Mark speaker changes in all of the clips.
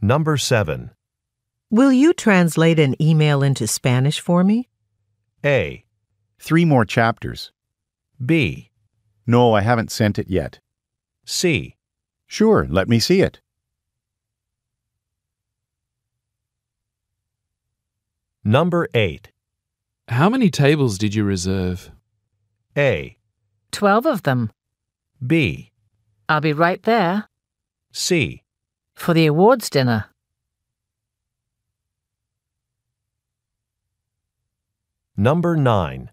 Speaker 1: Number 7.
Speaker 2: Will you translate an email into Spanish for me?
Speaker 1: A.
Speaker 3: Three more chapters.
Speaker 1: B.
Speaker 3: No, I haven't sent it yet.
Speaker 1: C.
Speaker 3: Sure, let me see it.
Speaker 1: Number 8.
Speaker 4: How many tables did you reserve?
Speaker 1: A.
Speaker 5: 12 of them.
Speaker 1: B.
Speaker 5: I'll be right there
Speaker 1: C.
Speaker 5: for the awards dinner.
Speaker 1: Number 9.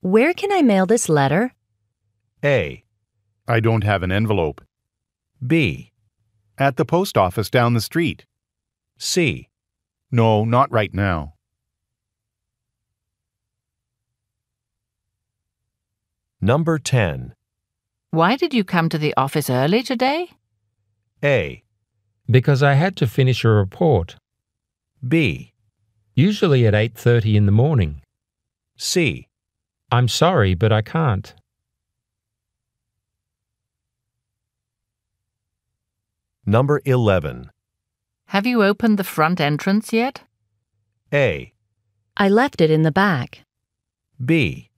Speaker 6: Where can I mail this letter?
Speaker 1: A.
Speaker 3: I don't have an envelope.
Speaker 1: B.
Speaker 3: At the post office down the street.
Speaker 1: C.
Speaker 3: No, not right now.
Speaker 1: Number 10.
Speaker 5: Why did you come to the office early today?
Speaker 1: A.
Speaker 7: Because I had to finish a report,
Speaker 1: B.
Speaker 7: usually at 8:30 in the morning.
Speaker 1: C.
Speaker 7: I'm sorry, but I can't.
Speaker 1: Number 11.
Speaker 5: Have you opened the front entrance yet?
Speaker 1: A.
Speaker 6: I left it in the back.
Speaker 1: B.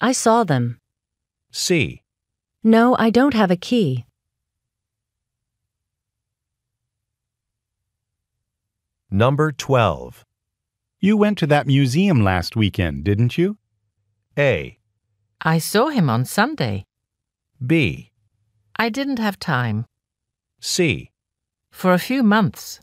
Speaker 6: I saw them.
Speaker 1: C.
Speaker 6: No, I don't have a key.
Speaker 1: Number 12.
Speaker 3: You went to that museum last weekend, didn't you?
Speaker 1: A.
Speaker 5: I saw him on Sunday.
Speaker 1: B.
Speaker 5: I didn't have time
Speaker 1: C.
Speaker 5: for a few months.